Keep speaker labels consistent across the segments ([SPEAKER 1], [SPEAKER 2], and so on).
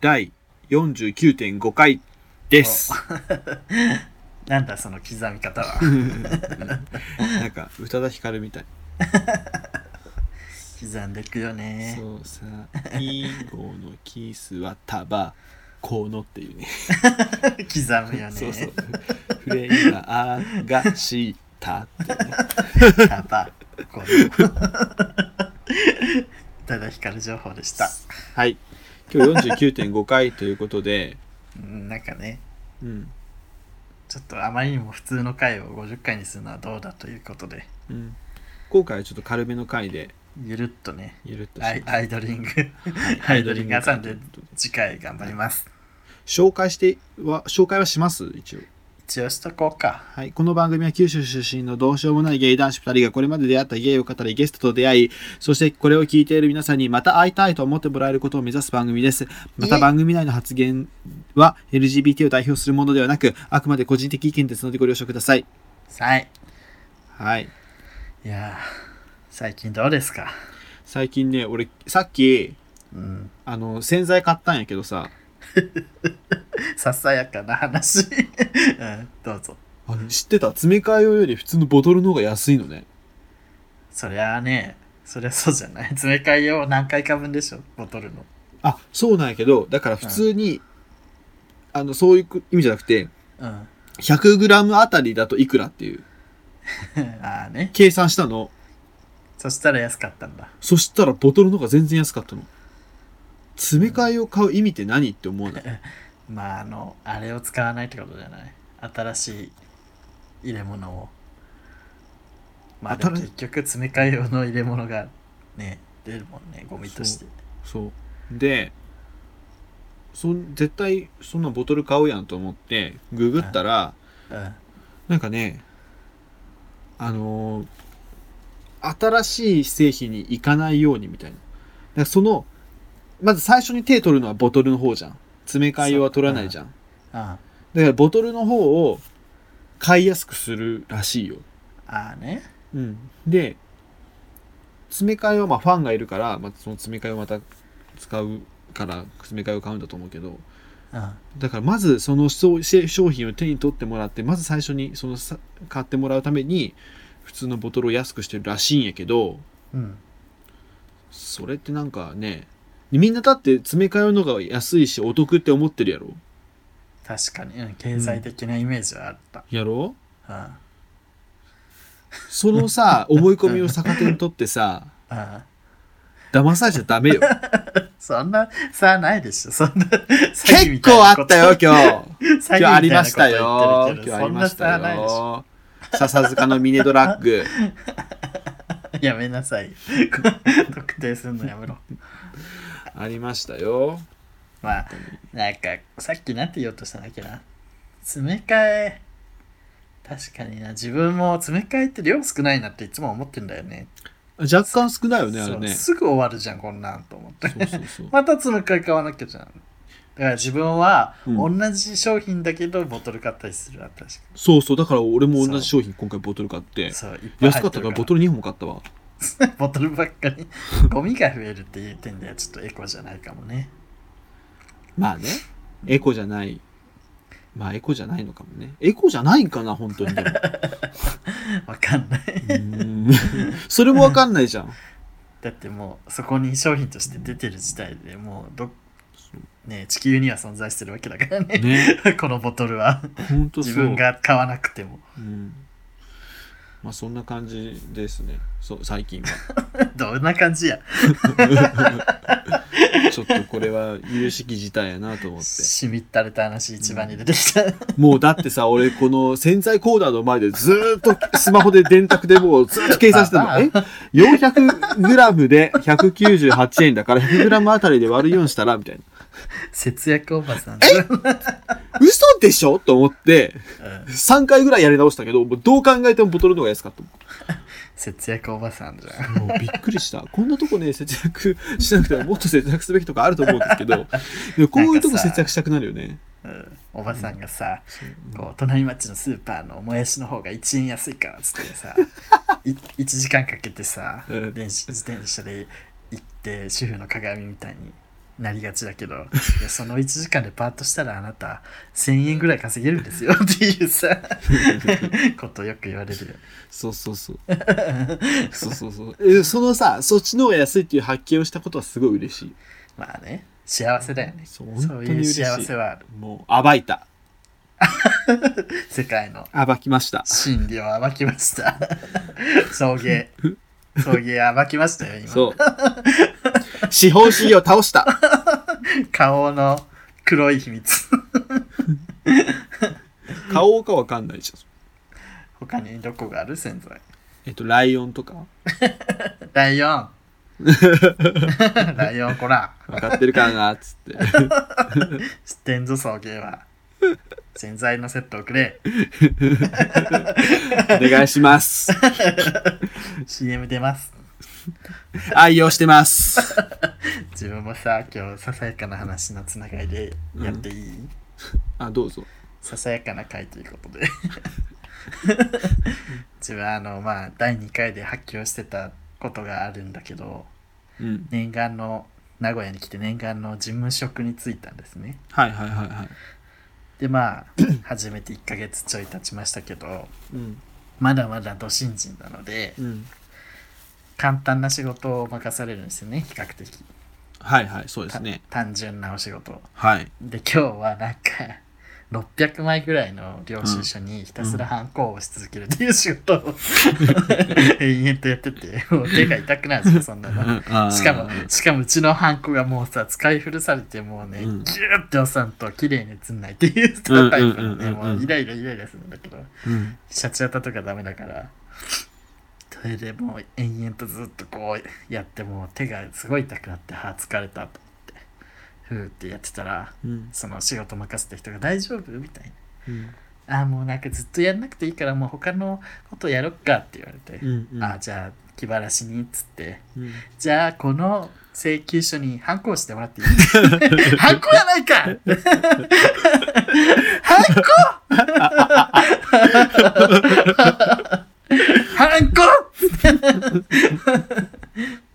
[SPEAKER 1] 第49.5回です。
[SPEAKER 2] なんだその刻み方 は
[SPEAKER 1] なんか、宇多田ヒカルみたい。
[SPEAKER 2] 刻んでくよね
[SPEAKER 1] そうさ、インゴのキスはタバコのっていうね。
[SPEAKER 2] 刻むよね
[SPEAKER 1] そうそう。フレイがーがしたっていうね。
[SPEAKER 2] タバコ のただ光る情報でした
[SPEAKER 1] はい。今日49.5回ということで、
[SPEAKER 2] うんなんかね
[SPEAKER 1] うん。
[SPEAKER 2] ちょっとあまりにも普通の回を50回にするのはどうだということで
[SPEAKER 1] うん、今回はちょっと軽めの回で、
[SPEAKER 2] ゆるっとね
[SPEAKER 1] ゆるっと
[SPEAKER 2] アイ
[SPEAKER 1] し
[SPEAKER 2] アイドリング
[SPEAKER 1] はい
[SPEAKER 2] アイドリング挟ん
[SPEAKER 1] アイドリン
[SPEAKER 2] で
[SPEAKER 1] グということで
[SPEAKER 2] 次回頑張ります
[SPEAKER 1] 紹介しては、紹介はします一応。
[SPEAKER 2] 一応しとこうか
[SPEAKER 1] はい、この番組は九州出身のどうしようもないゲイ男子2人がこれまで出会ったゲイを語りゲストと出会いそしてこれを聞いている皆さんにまた会いたいと思ってもらえることを目指す番組ですまた
[SPEAKER 2] イエイ
[SPEAKER 1] 番組内の発言は LGBT を代表するものではなくあくまで個人的意見ですのでご了承ください
[SPEAKER 2] はい
[SPEAKER 1] はい
[SPEAKER 2] いやー最近どうですか
[SPEAKER 1] 最近ね俺さっき
[SPEAKER 2] うん
[SPEAKER 1] あの洗剤買ったんやけどさ
[SPEAKER 2] ささやかな話、 うん、どうぞ
[SPEAKER 1] あの知ってた詰め替え用より普通のボトルの方が安いのね
[SPEAKER 2] そりゃあねそりゃそうじゃない詰め替えを何回か分でしょボトルの
[SPEAKER 1] あそうなんやけどだから普通に、あのそういう意味じゃなくて
[SPEAKER 2] うん あ
[SPEAKER 1] 100g あたりだといくらっていう
[SPEAKER 2] あね
[SPEAKER 1] 計算したの
[SPEAKER 2] そしたら安かったんだ
[SPEAKER 1] そしたらボトルの方が全然安かったの詰め替えを買う意味って何って思わない
[SPEAKER 2] まああのあれを使わないってことじゃない新しい入れ物をまあでも
[SPEAKER 1] 新し
[SPEAKER 2] 結局詰め替え用の入れ物がね出るもんねゴミとして
[SPEAKER 1] そうでそん絶対そんなボトル買うやんと思ってググったら
[SPEAKER 2] う、ん、
[SPEAKER 1] なんかねあのー新しい製品に行かないようにみたいなだからそのまず最初に手取るのはボトルの方じゃん詰め替え用は取らないじゃん
[SPEAKER 2] あ
[SPEAKER 1] だからボトルの方を買いやすくするらしいよ
[SPEAKER 2] あね
[SPEAKER 1] うん、で詰め替えはまあファンがいるから、まあ、その詰め替えをまた使うから詰め替えを買うんだと思うけど
[SPEAKER 2] うん
[SPEAKER 1] だからまずそのそうし商品を手に取ってもらってまず最初にそのさ買ってもらうために普通のボトルを安くしてるらしいんやけど
[SPEAKER 2] うん
[SPEAKER 1] それってなんかねみんなだって詰め替えの方が安いしお得って思ってるやろ
[SPEAKER 2] 確かに、うん、経済的なイメージはあった、
[SPEAKER 1] やろ
[SPEAKER 2] うん、あ
[SPEAKER 1] その さ思い込みを逆手にとってさ
[SPEAKER 2] あ
[SPEAKER 1] 騙されちゃダ メよ
[SPEAKER 2] そんな差ないでしょ。そんな
[SPEAKER 1] 結構あったよ。今日今
[SPEAKER 2] 今
[SPEAKER 1] 日ありましたよ。今日あ
[SPEAKER 2] そ
[SPEAKER 1] り
[SPEAKER 2] ん
[SPEAKER 1] ま
[SPEAKER 2] な
[SPEAKER 1] した
[SPEAKER 2] 差ないでしょ。
[SPEAKER 1] よ。笹塚のミネドラッグ。
[SPEAKER 2] やめなさい。 特定するのやめろ。
[SPEAKER 1] ありましたよ。
[SPEAKER 2] まあ、なんか、さっきなんて言おうとしたんだっけな。詰め替え。確かにな。自分も詰め替えって量少ないなっていつも思ってんだよね。
[SPEAKER 1] 若干少ないよね、あ
[SPEAKER 2] そ
[SPEAKER 1] れ
[SPEAKER 2] う
[SPEAKER 1] ね。そ
[SPEAKER 2] すぐ終わるじゃん、こんなんと思って。
[SPEAKER 1] うそうそう。
[SPEAKER 2] また詰め替え買わなきゃじゃん。だから自分は
[SPEAKER 1] う
[SPEAKER 2] 同じ商品だけどボトル買ったりするわ、確か
[SPEAKER 1] そうそう、だから俺も同じ商品今回ボトル買って
[SPEAKER 2] に。。そう、いっぱい
[SPEAKER 1] 安
[SPEAKER 2] 入
[SPEAKER 1] かってた
[SPEAKER 2] る
[SPEAKER 1] からボトル2本買ったわ。
[SPEAKER 2] ボトルばっかりゴミが増えるっていう点ではちょっとエコじゃないかもね
[SPEAKER 1] まあね。エコじゃない。まあエコじゃないのかもね。エコじゃないんかな、本当 にでも。
[SPEAKER 2] わかんないう
[SPEAKER 1] ーん それもわかんないじゃん。
[SPEAKER 2] だってもうそこに商品として出てる時代でもうどね地球には存在してるわけだからね
[SPEAKER 1] ね。
[SPEAKER 2] このボトルは
[SPEAKER 1] 本当そう。
[SPEAKER 2] 自分が買わなくても
[SPEAKER 1] うん。まあそんな感じですね。そう、最 近は。
[SPEAKER 2] どんな感じや
[SPEAKER 1] ちょっとこれは有識事態やなと思って。
[SPEAKER 2] しみったれた話一番に出てきた、
[SPEAKER 1] もうだってさ、俺この洗剤コーナーの前でずーっとスマホで電卓でもうずーっと計算してるの。え ?400g で198円だから 100g あたりで割る4したらみたいな。
[SPEAKER 2] 節約おばさん
[SPEAKER 1] 嘘でしょと思って、
[SPEAKER 2] うん
[SPEAKER 1] 3回ぐらいやり直したけど、もうどう考えてもボトルの方が安かったもん。
[SPEAKER 2] 節約おばさんじゃん
[SPEAKER 1] もうびっくりした。こんなとこね、節約しなくてももっと節約すべきとかあると思うんですけど、でもこういうとこ節約したくなるよね。
[SPEAKER 2] うんおばさんがさ、こう隣町のスーパーのもやしの方が1円安いからっつっ てさ1時間かけてさ、
[SPEAKER 1] うん
[SPEAKER 2] 電子自転車で行って主婦の鏡みたいになりがちだ けどいやその1時間でパートしたらあなた1000円ぐらい稼げるんですよってい うさことをよく言われるよ
[SPEAKER 1] そうそうそうそうそうそうえそのさそっちの方が安いっていう発見をしたことはすごい嬉しい
[SPEAKER 2] まあね幸せだよね
[SPEAKER 1] そう本
[SPEAKER 2] そ
[SPEAKER 1] 当
[SPEAKER 2] う
[SPEAKER 1] に
[SPEAKER 2] いう
[SPEAKER 1] 嬉しい
[SPEAKER 2] 幸せはある
[SPEAKER 1] もう暴いた
[SPEAKER 2] 世界の
[SPEAKER 1] 暴きました
[SPEAKER 2] 真理を暴きました 送 迎送迎暴きましたよ今
[SPEAKER 1] そう資本主義を倒した
[SPEAKER 2] 顔の黒い秘密
[SPEAKER 1] 買おうかわかんないじゃん
[SPEAKER 2] 他にどこがある洗剤
[SPEAKER 1] えっとライオンとか
[SPEAKER 2] ライオンライオンこら
[SPEAKER 1] 分かってるかなっつって
[SPEAKER 2] 知ってんぞ送迎は洗剤のセットをくれ
[SPEAKER 1] お願いします
[SPEAKER 2] CM 出ます
[SPEAKER 1] 愛用してます
[SPEAKER 2] 自分もさ今日ささやかな話のつながりでやっていい、
[SPEAKER 1] あどうぞ
[SPEAKER 2] ささやかな回ということで自分はあのまあ第2回で発狂してたことがあるんだけど
[SPEAKER 1] うん
[SPEAKER 2] 念願の名古屋に来て念願の事務職に就いたんですね
[SPEAKER 1] はいはいはいはい
[SPEAKER 2] でまあ初めて1ヶ月ちょい経ちましたけど
[SPEAKER 1] うん
[SPEAKER 2] まだまだど新人なので
[SPEAKER 1] うん
[SPEAKER 2] 簡単な仕事を任されるんですよね比較的
[SPEAKER 1] はいはいそうですね
[SPEAKER 2] た単純なお仕事を
[SPEAKER 1] はい
[SPEAKER 2] で今日はなんか600枚ぐらいの領収書にひたすらハンコを押し続けるっていう仕事を延々とやっててもう手が痛くなるんですよそんなの。しかもしかもうちのハンコがもうさ使い古されてもうね、
[SPEAKER 1] うん
[SPEAKER 2] ギューって押さんと綺麗に写んないっていうスタイプ
[SPEAKER 1] うんうん
[SPEAKER 2] なん
[SPEAKER 1] うんう
[SPEAKER 2] で
[SPEAKER 1] ん
[SPEAKER 2] もうイライライライラするんだけど
[SPEAKER 1] うん
[SPEAKER 2] シャチャタとかダメだからそれでもう延々とずっとこうやってもう手がすごい痛くなって「はあ疲れた」と思ってふーってやってたら
[SPEAKER 1] うん
[SPEAKER 2] その仕事任せた人が大丈夫みたい
[SPEAKER 1] うん
[SPEAKER 2] な。あーもうなんかずっとやんなくていいからもう他のことやろっかって言われて、
[SPEAKER 1] うんうん
[SPEAKER 2] あーじゃあ気晴らしにっつって
[SPEAKER 1] うん
[SPEAKER 2] じゃあこの請求書にハンコをしてもらっていい ハンコやないか ハンコ ハンコ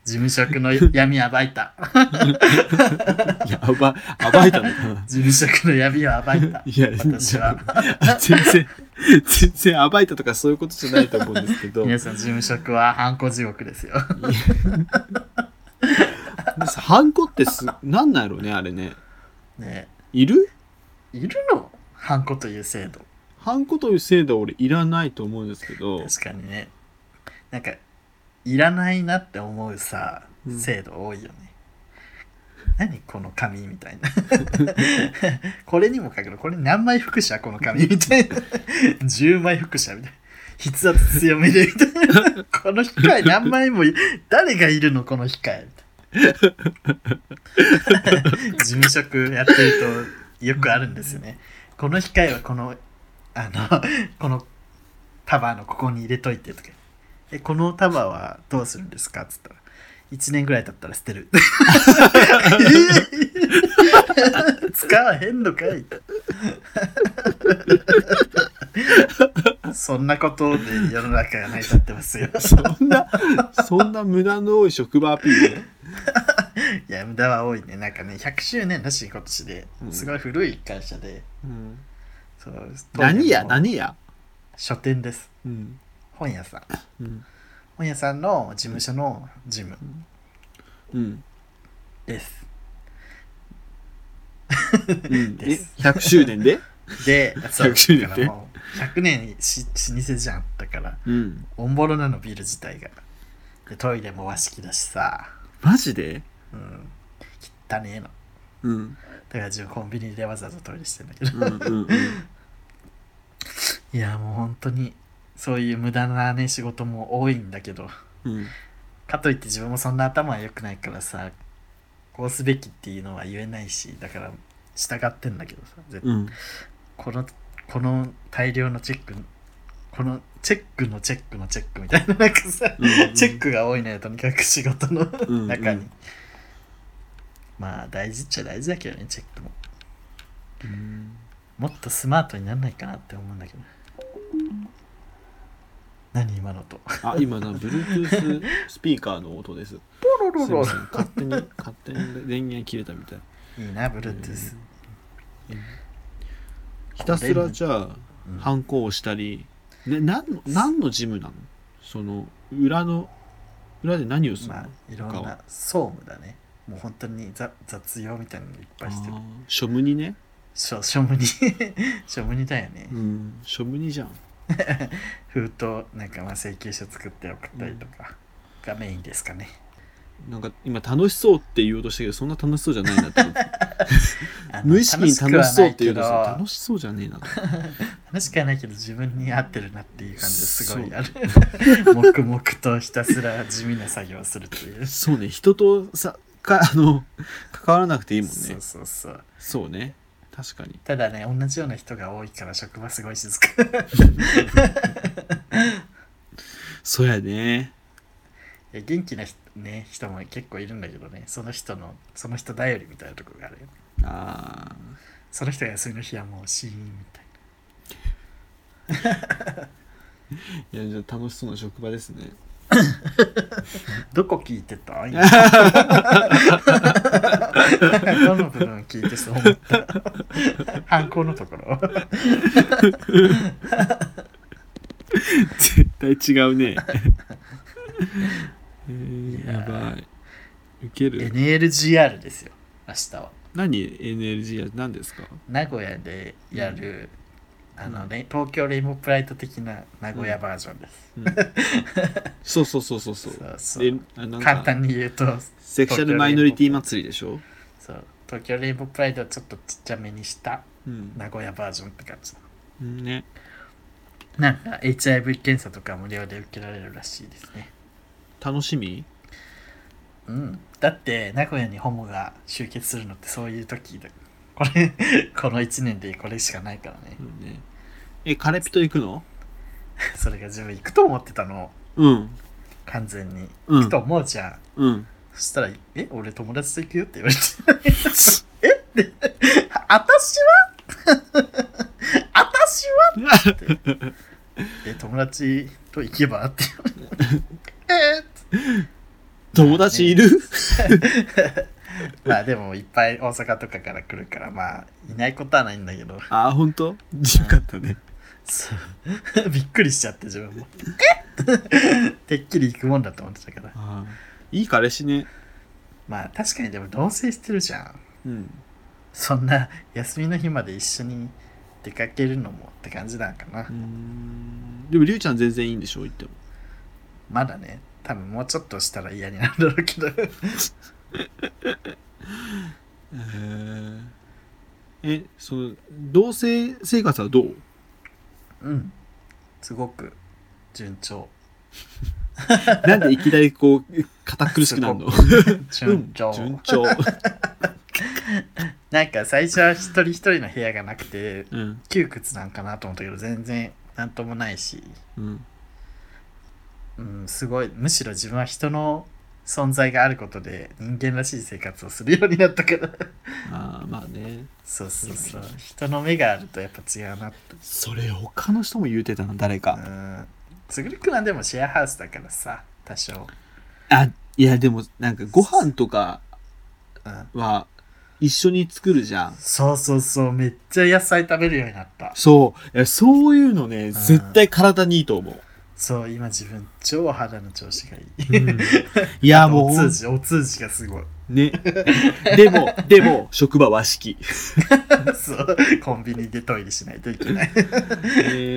[SPEAKER 2] 事務職の闇暴いた
[SPEAKER 1] やば暴いたのかな
[SPEAKER 2] 事務職の闇を暴いた
[SPEAKER 1] いや
[SPEAKER 2] 私は
[SPEAKER 1] 全然全然暴いたとかそういうことじゃないと思うんですけど
[SPEAKER 2] 皆さん事務職はハンコ地獄ですよ
[SPEAKER 1] ハンコってすなんなんやろうねあれね
[SPEAKER 2] ね
[SPEAKER 1] いる
[SPEAKER 2] いるのハンコという制度
[SPEAKER 1] ハンコという制度は俺いらないと思うんですけど
[SPEAKER 2] 確かにねなんかいらないなって思うさ
[SPEAKER 1] うん
[SPEAKER 2] 制度多いよね、何この紙みたい なこれにも書くのこれ何枚複写この紙みたいな10枚複写みたいな筆圧強めでみたいなこの控え何枚もい誰がいるのこの控え みたいな事務職やってるとよくあるんですよねこの控えはこのあの この束のここに入れといてとか「えこの束はどうするんですか?」っつったら「1年ぐらい経ったら捨てる」 えー使わへんのかい そんなことで世の中が成り立ってますよ
[SPEAKER 1] そんなそんな無駄の多い職場アピール
[SPEAKER 2] いや無駄は多いねなんかね100周年らしい今年で
[SPEAKER 1] うん
[SPEAKER 2] すごい古い会社で、
[SPEAKER 1] うん
[SPEAKER 2] そう
[SPEAKER 1] 何や
[SPEAKER 2] 当時の
[SPEAKER 1] 何や
[SPEAKER 2] 書店です
[SPEAKER 1] うん
[SPEAKER 2] 本屋さん
[SPEAKER 1] うん
[SPEAKER 2] 本屋さんの事務所の事務
[SPEAKER 1] うん
[SPEAKER 2] です
[SPEAKER 1] うん
[SPEAKER 2] で
[SPEAKER 1] え
[SPEAKER 2] す
[SPEAKER 1] 100周年で
[SPEAKER 2] で、そう
[SPEAKER 1] 100周年
[SPEAKER 2] だからもう100年し老舗じゃん。だから、
[SPEAKER 1] うん
[SPEAKER 2] オンボロなの、ビル自体が。で、トイレも和式だしさ、
[SPEAKER 1] マジで
[SPEAKER 2] うん、汚ねえの。だ
[SPEAKER 1] うん
[SPEAKER 2] から自分コンビニでわざわざトイレしてんだけど。
[SPEAKER 1] うんうんうん
[SPEAKER 2] いや、もう本当に、そういう無駄なね、仕事も多いんだけど、
[SPEAKER 1] うん
[SPEAKER 2] かといって自分もそんな頭は良くないからさ、こうすべきっていうのは言えないし、だから、従ってんだけどさ、絶対
[SPEAKER 1] うん
[SPEAKER 2] このこの大量のチェックこのチェックのチェックのチェックみたいななんかさ、
[SPEAKER 1] うんうん
[SPEAKER 2] チェックが多いのよとにかく仕事の中
[SPEAKER 1] うんう
[SPEAKER 2] に、
[SPEAKER 1] ん
[SPEAKER 2] まあ大事っちゃ大事だけどねチェックも
[SPEAKER 1] うん
[SPEAKER 2] もっとスマートにならないかなって思うんだけど何今のと
[SPEAKER 1] あ今な Bluetooth スピーカーの音です
[SPEAKER 2] ろろ
[SPEAKER 1] すい
[SPEAKER 2] ろ
[SPEAKER 1] ません勝手に勝手に電源切れたみたい
[SPEAKER 2] いいな Bluetooth、
[SPEAKER 1] ひたすらじゃあ
[SPEAKER 2] うん
[SPEAKER 1] ハンコを押したり、ね、何の何のジムなのその裏の裏で何をするの、
[SPEAKER 2] まあいろん
[SPEAKER 1] 他
[SPEAKER 2] な
[SPEAKER 1] は
[SPEAKER 2] 総務だねもう本当に雑雑用みたいなのいっぱいしてる
[SPEAKER 1] あーショムニね、
[SPEAKER 2] しょしょむに しょむにだよね、
[SPEAKER 1] うん、ショムニじゃん
[SPEAKER 2] 封筒なんかまあ請求書作って送ったりとかがメインですかね、
[SPEAKER 1] なんか今楽しそうって言おうとしたけどそんな楽しそうじゃない なって思って
[SPEAKER 2] あの
[SPEAKER 1] 無意識に楽しそうって言うと
[SPEAKER 2] 楽しくは
[SPEAKER 1] さ
[SPEAKER 2] ないけど
[SPEAKER 1] 楽しそうじゃねえな
[SPEAKER 2] 楽しくはないけど自分に合ってるなっていう感じがすごいある黙々とひたすら地味な作業をするっていう
[SPEAKER 1] そうね人とさかあの関わらなくていいもんねそ
[SPEAKER 2] そううそうそう
[SPEAKER 1] ね確かに
[SPEAKER 2] ただね同じような人が多いから職場すごい静か
[SPEAKER 1] そうやね
[SPEAKER 2] いや元気な人,、ね、人も結構いるんだけどねその人のその人頼りみたいなとこがあるよ
[SPEAKER 1] あー
[SPEAKER 2] その人が休みの日はもうシーンみた
[SPEAKER 1] いや
[SPEAKER 2] い
[SPEAKER 1] じゃあ楽しそうな職場ですね
[SPEAKER 2] などこ聞いてた今どの部分聞いてそう思った犯行のところ
[SPEAKER 1] 絶対違うね えー、
[SPEAKER 2] いや
[SPEAKER 1] や
[SPEAKER 2] ー
[SPEAKER 1] ばいウケる
[SPEAKER 2] NLGR ですよ明日は
[SPEAKER 1] 何 NLG や何ですか
[SPEAKER 2] 名古屋でやる、
[SPEAKER 1] ん
[SPEAKER 2] あのね東京レインボープライド的な名古屋バージョンです、
[SPEAKER 1] うんそうそうそうそうそう
[SPEAKER 2] そうそう
[SPEAKER 1] であなん
[SPEAKER 2] 簡
[SPEAKER 1] か
[SPEAKER 2] 単に言うと
[SPEAKER 1] セクシャルマイノリティ祭りでしょ、
[SPEAKER 2] そう東京レインボープライドをちょっとちっちゃめにした
[SPEAKER 1] うん、
[SPEAKER 2] 名古屋バージョンって感じ
[SPEAKER 1] うんね
[SPEAKER 2] なんか HIV 検査とか無料で受けられるらしいですね
[SPEAKER 1] 楽しみ
[SPEAKER 2] うんだって名古屋にホモが集結するのってそういう時だこれこの1年でこれしかないからね
[SPEAKER 1] うんねえカレピト行くの
[SPEAKER 2] それが自分行くと思ってたの
[SPEAKER 1] うん
[SPEAKER 2] 完全に
[SPEAKER 1] う
[SPEAKER 2] 行く
[SPEAKER 1] ん
[SPEAKER 2] と思うじゃ ん
[SPEAKER 1] うん
[SPEAKER 2] そしたら「え俺友達と行くよ」って言われて 「えって「あたしはあたしは?」え友達と行けば?」って言われて「
[SPEAKER 1] 友達いる、
[SPEAKER 2] えっ?」まあでもいっぱい大阪とかから来るからまあいないことはないんだけど
[SPEAKER 1] ああ本当よかったね
[SPEAKER 2] そうびっくりしちゃって自分も「えっ?」てっきり行くもんだと思ってたから
[SPEAKER 1] あーいい彼氏ね
[SPEAKER 2] まあ確かにでも同棲してるじゃ
[SPEAKER 1] う
[SPEAKER 2] ん
[SPEAKER 1] ん
[SPEAKER 2] そんな休みの日まで一緒に出かけるのもって感じなんかな
[SPEAKER 1] うーんでもりゅうちゃん全然いいんでしょ言っても
[SPEAKER 2] まだね多分もうちょっとしたら嫌になるだろうけど
[SPEAKER 1] へーえその同棲生活はどう
[SPEAKER 2] うんすごく順調
[SPEAKER 1] なんでいきなりこう堅苦しくなる の
[SPEAKER 2] 順調、
[SPEAKER 1] うん順 調
[SPEAKER 2] なんか最初は一人一人の部屋がなくて
[SPEAKER 1] うん
[SPEAKER 2] 窮屈なんかなと思ったけど全然なんともないし、
[SPEAKER 1] うん
[SPEAKER 2] うん、すごいむしろ自分は人の存在があることで人間らしい生活をするようになったから
[SPEAKER 1] ああまあね
[SPEAKER 2] そうそうそう人の目があるとやっぱ違うなって
[SPEAKER 1] それ他の人も言うてたな誰か、
[SPEAKER 2] うんつぐりくんはでもシェアハウスだからさ多少、
[SPEAKER 1] あいやでもなんかご飯とか
[SPEAKER 2] うん、
[SPEAKER 1] は一緒に作るじゃん
[SPEAKER 2] そうそうそうめっちゃ野菜食べるようになった
[SPEAKER 1] そういやそういうのね絶対体にいいと思う、
[SPEAKER 2] そう今自分超肌の調子がいい
[SPEAKER 1] いやも
[SPEAKER 2] お通
[SPEAKER 1] う
[SPEAKER 2] じお通じがすごい
[SPEAKER 1] ねでもでも職場和式
[SPEAKER 2] そうコンビニでトイレしないといけない
[SPEAKER 1] え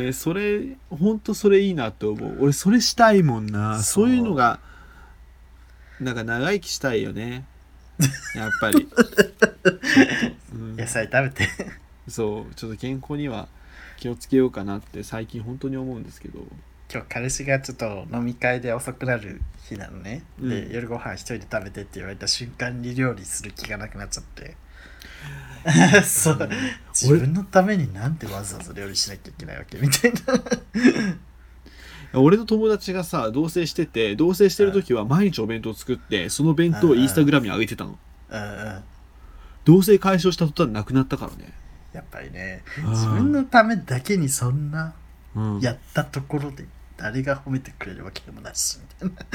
[SPEAKER 1] ーそれほんとそれいいなと思う俺それしたいもんな
[SPEAKER 2] そ
[SPEAKER 1] そうういうのがなんか長生きしたいよねやっぱ り、うん
[SPEAKER 2] 野菜食べて
[SPEAKER 1] そうちょっと健康には気をつけようかなって最近本当に思うんですけど
[SPEAKER 2] 今日彼氏がちょっと飲み会で遅くなる日なのね、
[SPEAKER 1] うん
[SPEAKER 2] で夜ご飯一人で食べてって言われた瞬間に料理する気がなくなっちゃって そう自分のためになんてわざわざ料理しなきゃいけないわけみたいな
[SPEAKER 1] 俺の友達がさ同棲してて同棲してる時は毎日お弁当作ってその弁当をインスタグラムに上げてたの
[SPEAKER 2] うんうん
[SPEAKER 1] 同棲解消した途端なくなったからね
[SPEAKER 2] やっぱりね
[SPEAKER 1] うん
[SPEAKER 2] 自分のためだけにそんな
[SPEAKER 1] うん
[SPEAKER 2] やったところで誰が褒めてくれるわけでもないしみたい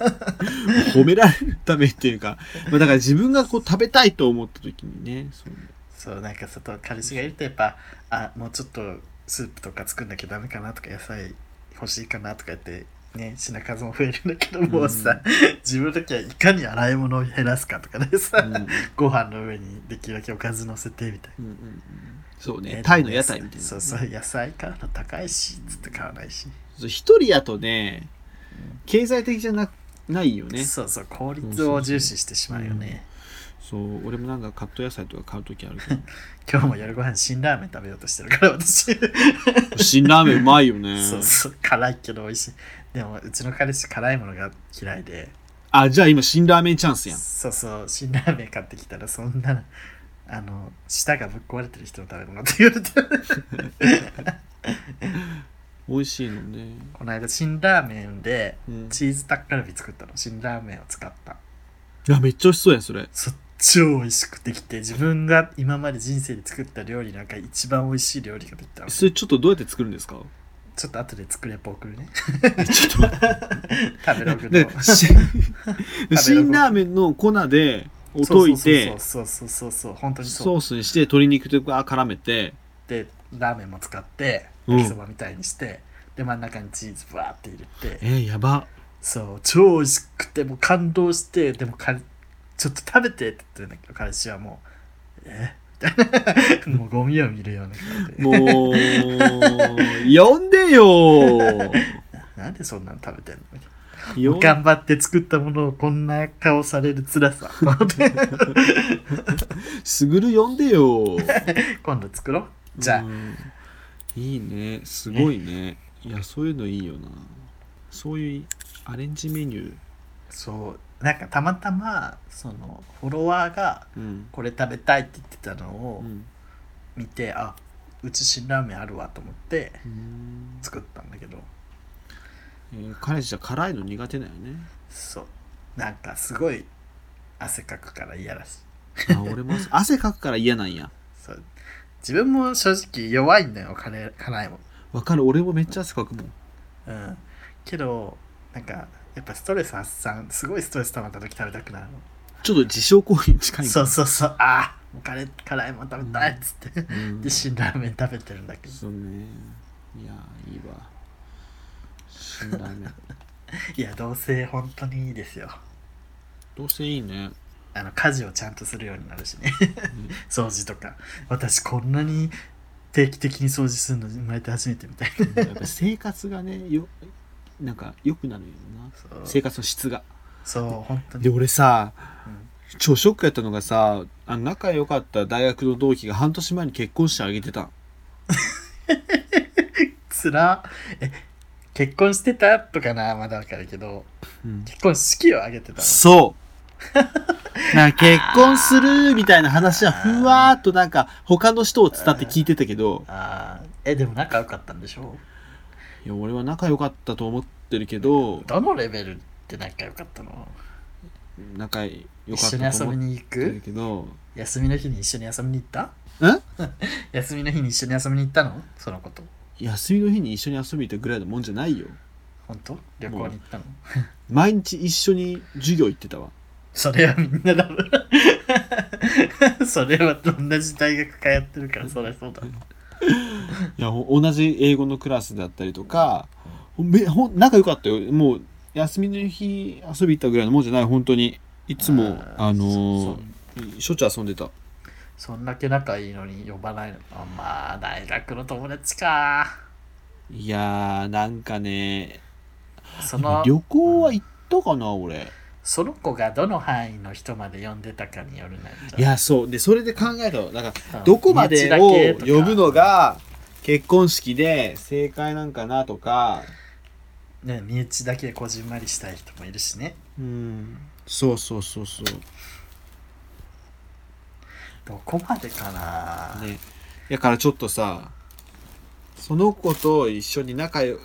[SPEAKER 2] な
[SPEAKER 1] 褒められるためっていうか、まあ、だから自分がこう食べたいと思った時にねそう
[SPEAKER 2] そうなんか外彼氏がいるとやっぱあもうちょっとスープとか作んなきゃダメかなとか野菜欲しいかなとか言ってね品数も増えるんだけどもうさ、自分の時はいかに洗い物を減らすかとかでさ、
[SPEAKER 1] うん
[SPEAKER 2] ご飯の上にできるだけおかず乗せてみたい
[SPEAKER 1] うんうんうんそう
[SPEAKER 2] な、
[SPEAKER 1] ねタイの屋台みたいな
[SPEAKER 2] そうそう野菜買うの高いしつって買わないし、
[SPEAKER 1] そう一人やとね経済的じゃなないよね
[SPEAKER 2] そうそう効率を重視してしまうよね、
[SPEAKER 1] そう俺もなんかカット野菜とか買う時あるけ
[SPEAKER 2] 今日も夜ご飯辛ラーメン食べようとしてるから私
[SPEAKER 1] ど辛ラーメンうまいよね
[SPEAKER 2] そうそう辛いけど美味しいでもうちの彼氏辛いものが嫌いで
[SPEAKER 1] あじゃあ今辛ラーメンチャンスやん
[SPEAKER 2] そうそう辛ラーメン買ってきたらそんなあの舌がぶっ壊れてる人の食べ物って言われて
[SPEAKER 1] 美味しいのね、
[SPEAKER 2] この間辛ラーメンで
[SPEAKER 1] うん、
[SPEAKER 2] チーズタッカルビ作ったの辛ラーメンを使った
[SPEAKER 1] いやめっちゃ美味しそうやんそれ
[SPEAKER 2] そ超美味しくできて自分が今まで人生で作った料理なんか一番美味しい料理ができたの
[SPEAKER 1] それちょっとどうやって作るんですか
[SPEAKER 2] ちょっと後で作れっぽ送るね
[SPEAKER 1] ちょっと待って
[SPEAKER 2] 食べログ
[SPEAKER 1] で
[SPEAKER 2] の
[SPEAKER 1] し辛ラーメンの粉で
[SPEAKER 2] そう
[SPEAKER 1] 溶いて
[SPEAKER 2] そうそうそうそうそう本当にそう
[SPEAKER 1] ソースにして鶏肉とか絡めて
[SPEAKER 2] でラーメンも使って
[SPEAKER 1] うん
[SPEAKER 2] 焼きそばみたいにして、で真ん中にチーズバーって入れて
[SPEAKER 1] えー、やば
[SPEAKER 2] そう超美味しくてもう感動してでもかちょっと食べてって言ってるんだけど彼氏はもうえみたいな もうゴミを見るような顔で
[SPEAKER 1] もう呼んでよ
[SPEAKER 2] なんでそんなの食べてんのみたいな
[SPEAKER 1] 呼ん
[SPEAKER 2] 頑張って作ったものをこんな顔される辛 さ
[SPEAKER 1] すぐる呼んでよ
[SPEAKER 2] 今度作ろうじゃあ、
[SPEAKER 1] うんいいねすごいねいやそういうのいいよなそういうアレンジメニュー
[SPEAKER 2] そうなんかたまたまそのフォロワーが
[SPEAKER 1] うん、
[SPEAKER 2] これ食べたいって言ってたのを、
[SPEAKER 1] うん
[SPEAKER 2] 見てあうち辛ラーメンあるわと思って
[SPEAKER 1] うん
[SPEAKER 2] 作ったんだけど
[SPEAKER 1] えー彼氏は辛いの苦手だよね
[SPEAKER 2] そうなんかすごい汗かくから嫌らしい
[SPEAKER 1] あ俺も汗汗かくから嫌なんや
[SPEAKER 2] そう自分も正直弱いんだよ辛い辛いもん、
[SPEAKER 1] わかる俺もめっちゃ汗かくもん
[SPEAKER 2] うん、けどなんかやっぱストレス発散すごいストレス溜まった時食べたくなるの、
[SPEAKER 1] ちょっと自傷行為に近い
[SPEAKER 2] そうそうそうあーもうカレー辛いもん食べたいっつって、
[SPEAKER 1] うん
[SPEAKER 2] で辛ラーメン食べてるんだけど
[SPEAKER 1] そうねいやいいわ辛ラーメン
[SPEAKER 2] いや同性本当にいいですよ
[SPEAKER 1] どうせいいね
[SPEAKER 2] あの家事をちゃんとするようになるしね 掃除とか私こんなに定期的に掃除するの生まれて初めてみたいな
[SPEAKER 1] やっぱ生活がねよなんか良くなるよな
[SPEAKER 2] そ
[SPEAKER 1] 生
[SPEAKER 2] う
[SPEAKER 1] 活の質が
[SPEAKER 2] そう本当に
[SPEAKER 1] で俺さ
[SPEAKER 2] うん
[SPEAKER 1] 超ショックやったのがさあの仲良かった大学の同期が半年前に結婚してあげてた
[SPEAKER 2] つらえ結婚してたとかなまだわかるけど
[SPEAKER 1] うん
[SPEAKER 2] 結婚式を挙げてたの
[SPEAKER 1] そう なんか結婚するみたいな話はふわーっとなんか他の人を伝って聞いてたけど
[SPEAKER 2] あーえでも仲良かったんでしょ
[SPEAKER 1] いや俺は仲良かったと思ってるけど
[SPEAKER 2] どのレベルで仲良かったの
[SPEAKER 1] 仲良かっ
[SPEAKER 2] 一緒に
[SPEAKER 1] たと
[SPEAKER 2] 遊び
[SPEAKER 1] 思っ
[SPEAKER 2] に行
[SPEAKER 1] てる
[SPEAKER 2] く
[SPEAKER 1] けど
[SPEAKER 2] 休みの日に一緒に遊びに行った
[SPEAKER 1] ん
[SPEAKER 2] 休みの日に一緒に遊びに行ったのそのこと
[SPEAKER 1] 休みの日に一緒に遊びに行ったぐらいのもんじゃないよ
[SPEAKER 2] 本当旅行に行ったの
[SPEAKER 1] 毎日一緒に授業行ってたわ
[SPEAKER 2] それはみんなだろ それは同じ大学通ってるからそりゃそうだ
[SPEAKER 1] いやほ同じ英語のクラスだったりとかほんめほん仲良かったよもう休みの日遊び行ったぐらいのもんじゃない本当にいつもあのーしょっちゅう遊んでた
[SPEAKER 2] そそんだけ仲いいのに呼ばないのあまあ大学の友達か
[SPEAKER 1] いやーなんかね
[SPEAKER 2] その
[SPEAKER 1] 旅行は行ったかな俺
[SPEAKER 2] その子がどの範囲の人まで呼んでたかによるなんじゃ
[SPEAKER 1] いやそうでそれで考えたのなんか
[SPEAKER 2] うん
[SPEAKER 1] どこまでを
[SPEAKER 2] 身内だけと
[SPEAKER 1] 呼
[SPEAKER 2] か
[SPEAKER 1] ぶのが結婚式で正解なんかなとか
[SPEAKER 2] ね身内だけこじんまりしたい人もいるしね
[SPEAKER 1] うんそうそうそうそう
[SPEAKER 2] どこまでかな、
[SPEAKER 1] ねだからちょっとさその子と一緒に仲よ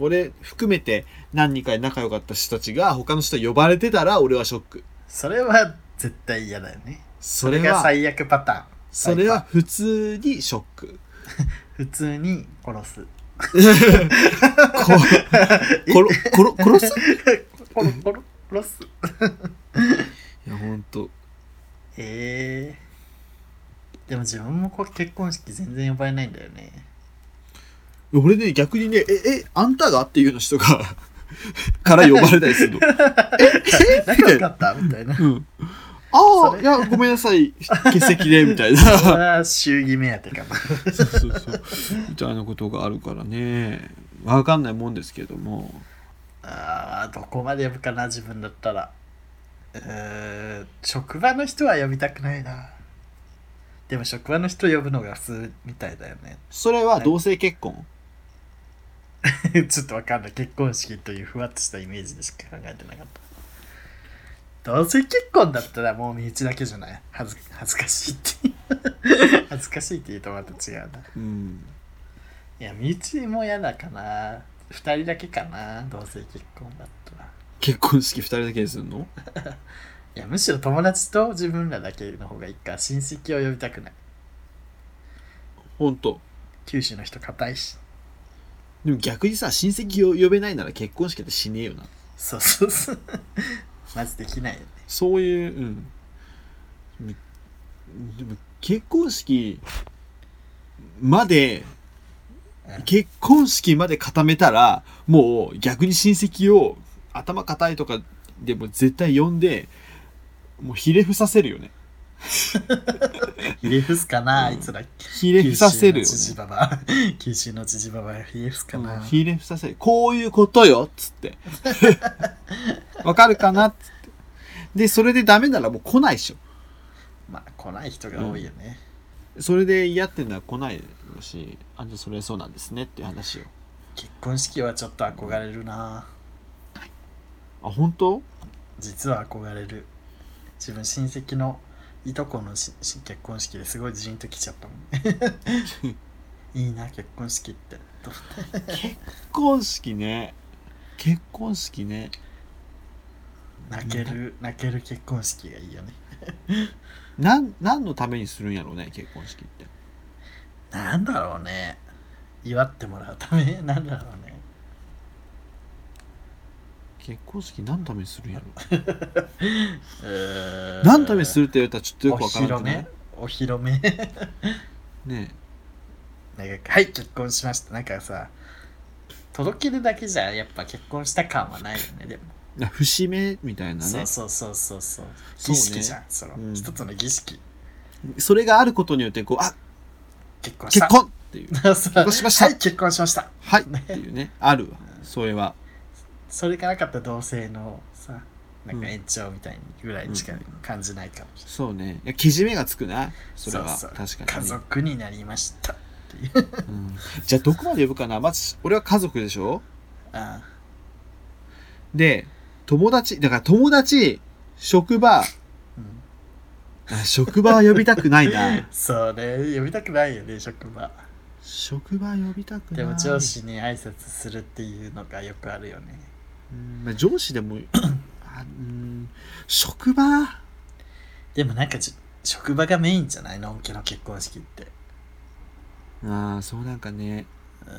[SPEAKER 1] 俺含めて何人か仲良かった人たちが他の人呼ばれてたら俺はショック
[SPEAKER 2] それは絶対嫌だよね
[SPEAKER 1] そ
[SPEAKER 2] それ
[SPEAKER 1] れ
[SPEAKER 2] が
[SPEAKER 1] は
[SPEAKER 2] 最悪パターン
[SPEAKER 1] それは普通にショック
[SPEAKER 2] 普通に殺す
[SPEAKER 1] こ 殺殺殺す
[SPEAKER 2] コロコロロス
[SPEAKER 1] いやほんと
[SPEAKER 2] えー、でも自分もこう結婚式全然呼ばれないんだよね
[SPEAKER 1] 俺ね逆にねええあんたがっていうの人がから呼ばれたりするのええみた
[SPEAKER 2] 仲
[SPEAKER 1] い
[SPEAKER 2] 良か
[SPEAKER 1] な、
[SPEAKER 2] ったみたいな
[SPEAKER 1] うん、あ
[SPEAKER 2] そ
[SPEAKER 1] あ
[SPEAKER 2] れ
[SPEAKER 1] いやごめんなさい欠席でみたい な
[SPEAKER 2] それは祝儀目当てかな
[SPEAKER 1] そうそうそうみたいなことがあるからねわかんないもんですけども
[SPEAKER 2] あーどこまで呼ぶかな自分だったらうーん職場の人は呼びたくないなでも職場の人呼ぶのが普通みたいだよね
[SPEAKER 1] それは同性結婚
[SPEAKER 2] ちょっとわかんない結婚式というふわっとしたイメージでしか考えてなかったどうせ結婚だったらもう身内だけじゃない恥ず恥ずかしいって恥ずかしいって言う とまた違うな
[SPEAKER 1] うん
[SPEAKER 2] いや身内も嫌だかな2人だけかなどうせ結婚だったら
[SPEAKER 1] 結婚式2人だけにするの
[SPEAKER 2] いやむしろ友達と自分らだけの方がいいか親戚を呼びたくない
[SPEAKER 1] ほんと
[SPEAKER 2] 九州の人硬いし
[SPEAKER 1] でも逆にさ親戚を呼べないなら結婚式ってしねえよな
[SPEAKER 2] そうそうそう マジできないよね
[SPEAKER 1] そういううんむでも結婚式まで
[SPEAKER 2] うん
[SPEAKER 1] 結婚式まで固めたらもう逆に親戚を頭固いとかでも絶対呼んでもうひれ伏させるよね
[SPEAKER 2] ヒレフスかな、
[SPEAKER 1] うん
[SPEAKER 2] あいつら
[SPEAKER 1] ひれ伏させるよね
[SPEAKER 2] 九州のジジババ九州のジジババヒレフスかな、
[SPEAKER 1] うんひれ伏させるこういうことよっつってわかるかなっつってでそれでダメならもう来ないでしょ
[SPEAKER 2] まあ来ない人が多いよね、
[SPEAKER 1] それで嫌ってんなら来ないしあじゃあそれそうなんですねっていう話を
[SPEAKER 2] 結婚式はちょっと憧れるな
[SPEAKER 1] あ本当
[SPEAKER 2] 実は憧れる自分親戚のいとこのしし結婚式ですごいジーンときちゃったもんね いいな結婚式ってと思って
[SPEAKER 1] 結婚式ね結婚式ね
[SPEAKER 2] 泣ける泣ける結婚式がいいよね
[SPEAKER 1] なん何のためにするんやろうね結婚式って
[SPEAKER 2] なんだろうね祝ってもらうためなんだろうね
[SPEAKER 1] 結婚式何のためにするんやろ
[SPEAKER 2] うーん
[SPEAKER 1] 何のためにするって言われたらちょっとよ
[SPEAKER 2] お
[SPEAKER 1] くわから
[SPEAKER 2] 披
[SPEAKER 1] な
[SPEAKER 2] 露
[SPEAKER 1] くない
[SPEAKER 2] 目お披露目
[SPEAKER 1] ね
[SPEAKER 2] なんかはい結婚しましたなんかさ届けるだけじゃやっぱ結婚した感はないよねでも
[SPEAKER 1] え節目みたいな
[SPEAKER 2] そ
[SPEAKER 1] ね
[SPEAKER 2] うそうそうそうそう
[SPEAKER 1] そう
[SPEAKER 2] 儀
[SPEAKER 1] ね
[SPEAKER 2] 式じゃんそ,、の、
[SPEAKER 1] うん
[SPEAKER 2] 一つの儀式
[SPEAKER 1] それがあることによってこうあ
[SPEAKER 2] 結婚し
[SPEAKER 1] 結
[SPEAKER 2] た
[SPEAKER 1] 婚っていう
[SPEAKER 2] 婚結
[SPEAKER 1] 婚しました
[SPEAKER 2] はい結婚しました
[SPEAKER 1] はいっていうねあるわそれは
[SPEAKER 2] それがなかったら同性のさなんか
[SPEAKER 1] うん
[SPEAKER 2] 延長みたいにぐらいにしか感じないかもしれない、
[SPEAKER 1] そうねいやけじめがつくなそれは
[SPEAKER 2] うう
[SPEAKER 1] 確か
[SPEAKER 2] 家
[SPEAKER 1] に、
[SPEAKER 2] 族になりましたっていう
[SPEAKER 1] うんじゃあどこまで呼ぶかなまず俺は家族でしょ
[SPEAKER 2] あ
[SPEAKER 1] で友達だから友達職場あ
[SPEAKER 2] あ、うん、
[SPEAKER 1] 職場は呼びたくない な
[SPEAKER 2] それ呼びたくないよね職場
[SPEAKER 1] 職場は呼びたくない
[SPEAKER 2] でも上司に挨拶するっていうのがよくあるよね
[SPEAKER 1] うんまあ、上司でもあうん職場
[SPEAKER 2] でもなんかじ職場がメインじゃないのんけの結婚式って
[SPEAKER 1] ああそうなんかね
[SPEAKER 2] うん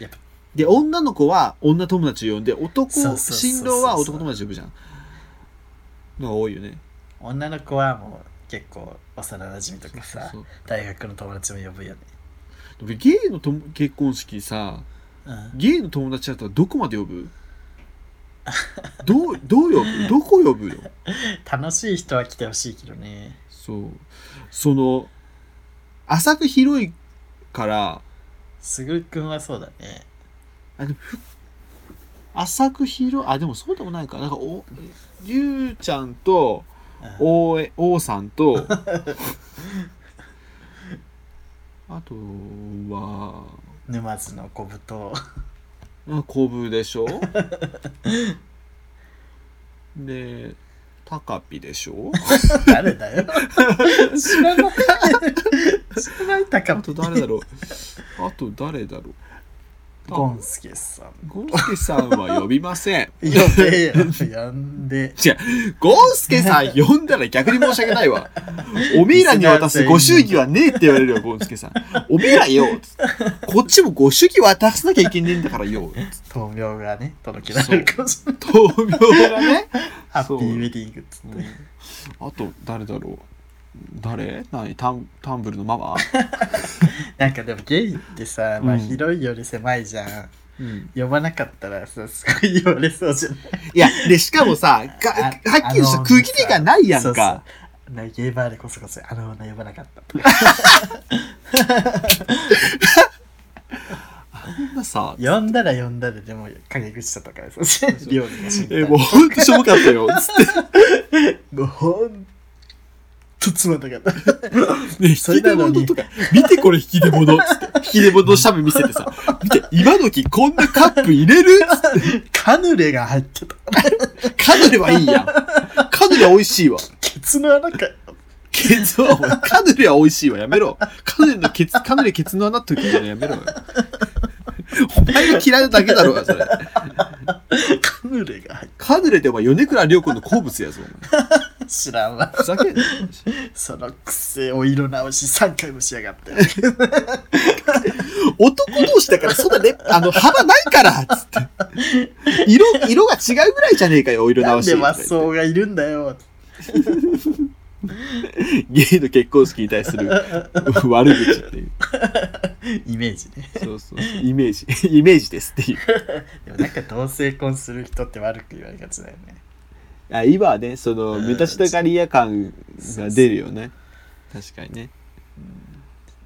[SPEAKER 2] やっぱ
[SPEAKER 1] で女の子は女友達を呼んで男
[SPEAKER 2] そうそうそうそう
[SPEAKER 1] 新郎は男友達呼ぶじゃんのが多いよね
[SPEAKER 2] 女の子はもう結構幼なじみとかさ
[SPEAKER 1] そうそう
[SPEAKER 2] 大学の友達も呼ぶよね
[SPEAKER 1] そうでもゲイのとも結婚式さ
[SPEAKER 2] うん
[SPEAKER 1] ゲイの友達だったらどこまで呼 ぶどうどう呼ぶどこ呼ぶよ
[SPEAKER 2] 楽しい人は来てほしいけどね
[SPEAKER 1] そうその浅く広いから
[SPEAKER 2] すぐるくんはそうだね
[SPEAKER 1] あでもふ浅く広いあでもそうでもないかなんかおゆうちゃんと
[SPEAKER 2] うん
[SPEAKER 1] おえおうさんとあとは
[SPEAKER 2] 沼津の小 太
[SPEAKER 1] あコブでしょでタカピでしょ
[SPEAKER 2] 誰だよ知らない知らない高
[SPEAKER 1] あと誰だろうあと誰だろう
[SPEAKER 2] ゴンスケさん。
[SPEAKER 1] ゴンスケさんは呼びません。
[SPEAKER 2] やべえや、やんで。
[SPEAKER 1] 違う、ゴンスケさん呼んだら逆に申し訳ない わ。おめえらに渡すご祝儀はねえって言われるよ、ゴンスケさん。おめえらよ、つってこっちもご祝儀渡さなきゃいけねえんだからよ、つって
[SPEAKER 2] 豆苗がね、届けられるかもしれない。
[SPEAKER 1] 豆苗がね。
[SPEAKER 2] ハッピーウェディングっつって。
[SPEAKER 1] あと、誰だろう。誰何タンタンブルのママ、
[SPEAKER 2] なんかでもゲイってさ、まあ
[SPEAKER 1] うん
[SPEAKER 2] 広いより狭いじゃん。
[SPEAKER 1] うん、
[SPEAKER 2] 呼ばなかったらさ、すごい言われそうじゃない
[SPEAKER 1] いやでしかもさがは
[SPEAKER 2] あ
[SPEAKER 1] っきりした区切りがないやん
[SPEAKER 2] そうそう
[SPEAKER 1] か
[SPEAKER 2] なゲーバーでこそこそあの女呼ばなかったとか
[SPEAKER 1] そんなさ
[SPEAKER 2] 呼んだら呼んだででも陰口さとかさ
[SPEAKER 1] う
[SPEAKER 2] 料理が死ん
[SPEAKER 1] え
[SPEAKER 2] だ
[SPEAKER 1] もうほんとしょぼかったよつって
[SPEAKER 2] もうほんとつまんなかった
[SPEAKER 1] ね、引き出物とか、見てこれ引き出物っつって、引き出物のシャブ見せてさ、見て、今時こんなカップ入れるつっ
[SPEAKER 2] カヌレが入って
[SPEAKER 1] て
[SPEAKER 2] た
[SPEAKER 1] カヌレはいいやん。カヌレは美味しいわ。
[SPEAKER 2] ケツの穴かよ
[SPEAKER 1] ケツは、お前カヌレは美味しいわ。やめろ。カヌレのケツ、カヌレケツの穴って言うのやめろよ。お前が嫌いなだけだろうが、それ。
[SPEAKER 2] カヌレが入っ
[SPEAKER 1] カヌレってお前、米倉涼子の好物やぞ、お前。
[SPEAKER 2] て知らんわ
[SPEAKER 1] ふざけんな。
[SPEAKER 2] そのくせお色直し3回もしやがって
[SPEAKER 1] 男同士だから、そんなね、あの、幅ないからつって。色、色が違うぐらいじゃねえかよ、お色
[SPEAKER 2] な
[SPEAKER 1] 直
[SPEAKER 2] ん
[SPEAKER 1] し。
[SPEAKER 2] でマッソーがいるんだよ
[SPEAKER 1] ゲイの結婚式に対す る悪口っていう
[SPEAKER 2] イメージね
[SPEAKER 1] そうそうそうイメージ イメージですっていう
[SPEAKER 2] でもなんか同性婚する人って悪く言われがちだよね
[SPEAKER 1] あ今はねその目立ちたがり屋感が出るよね確かにね、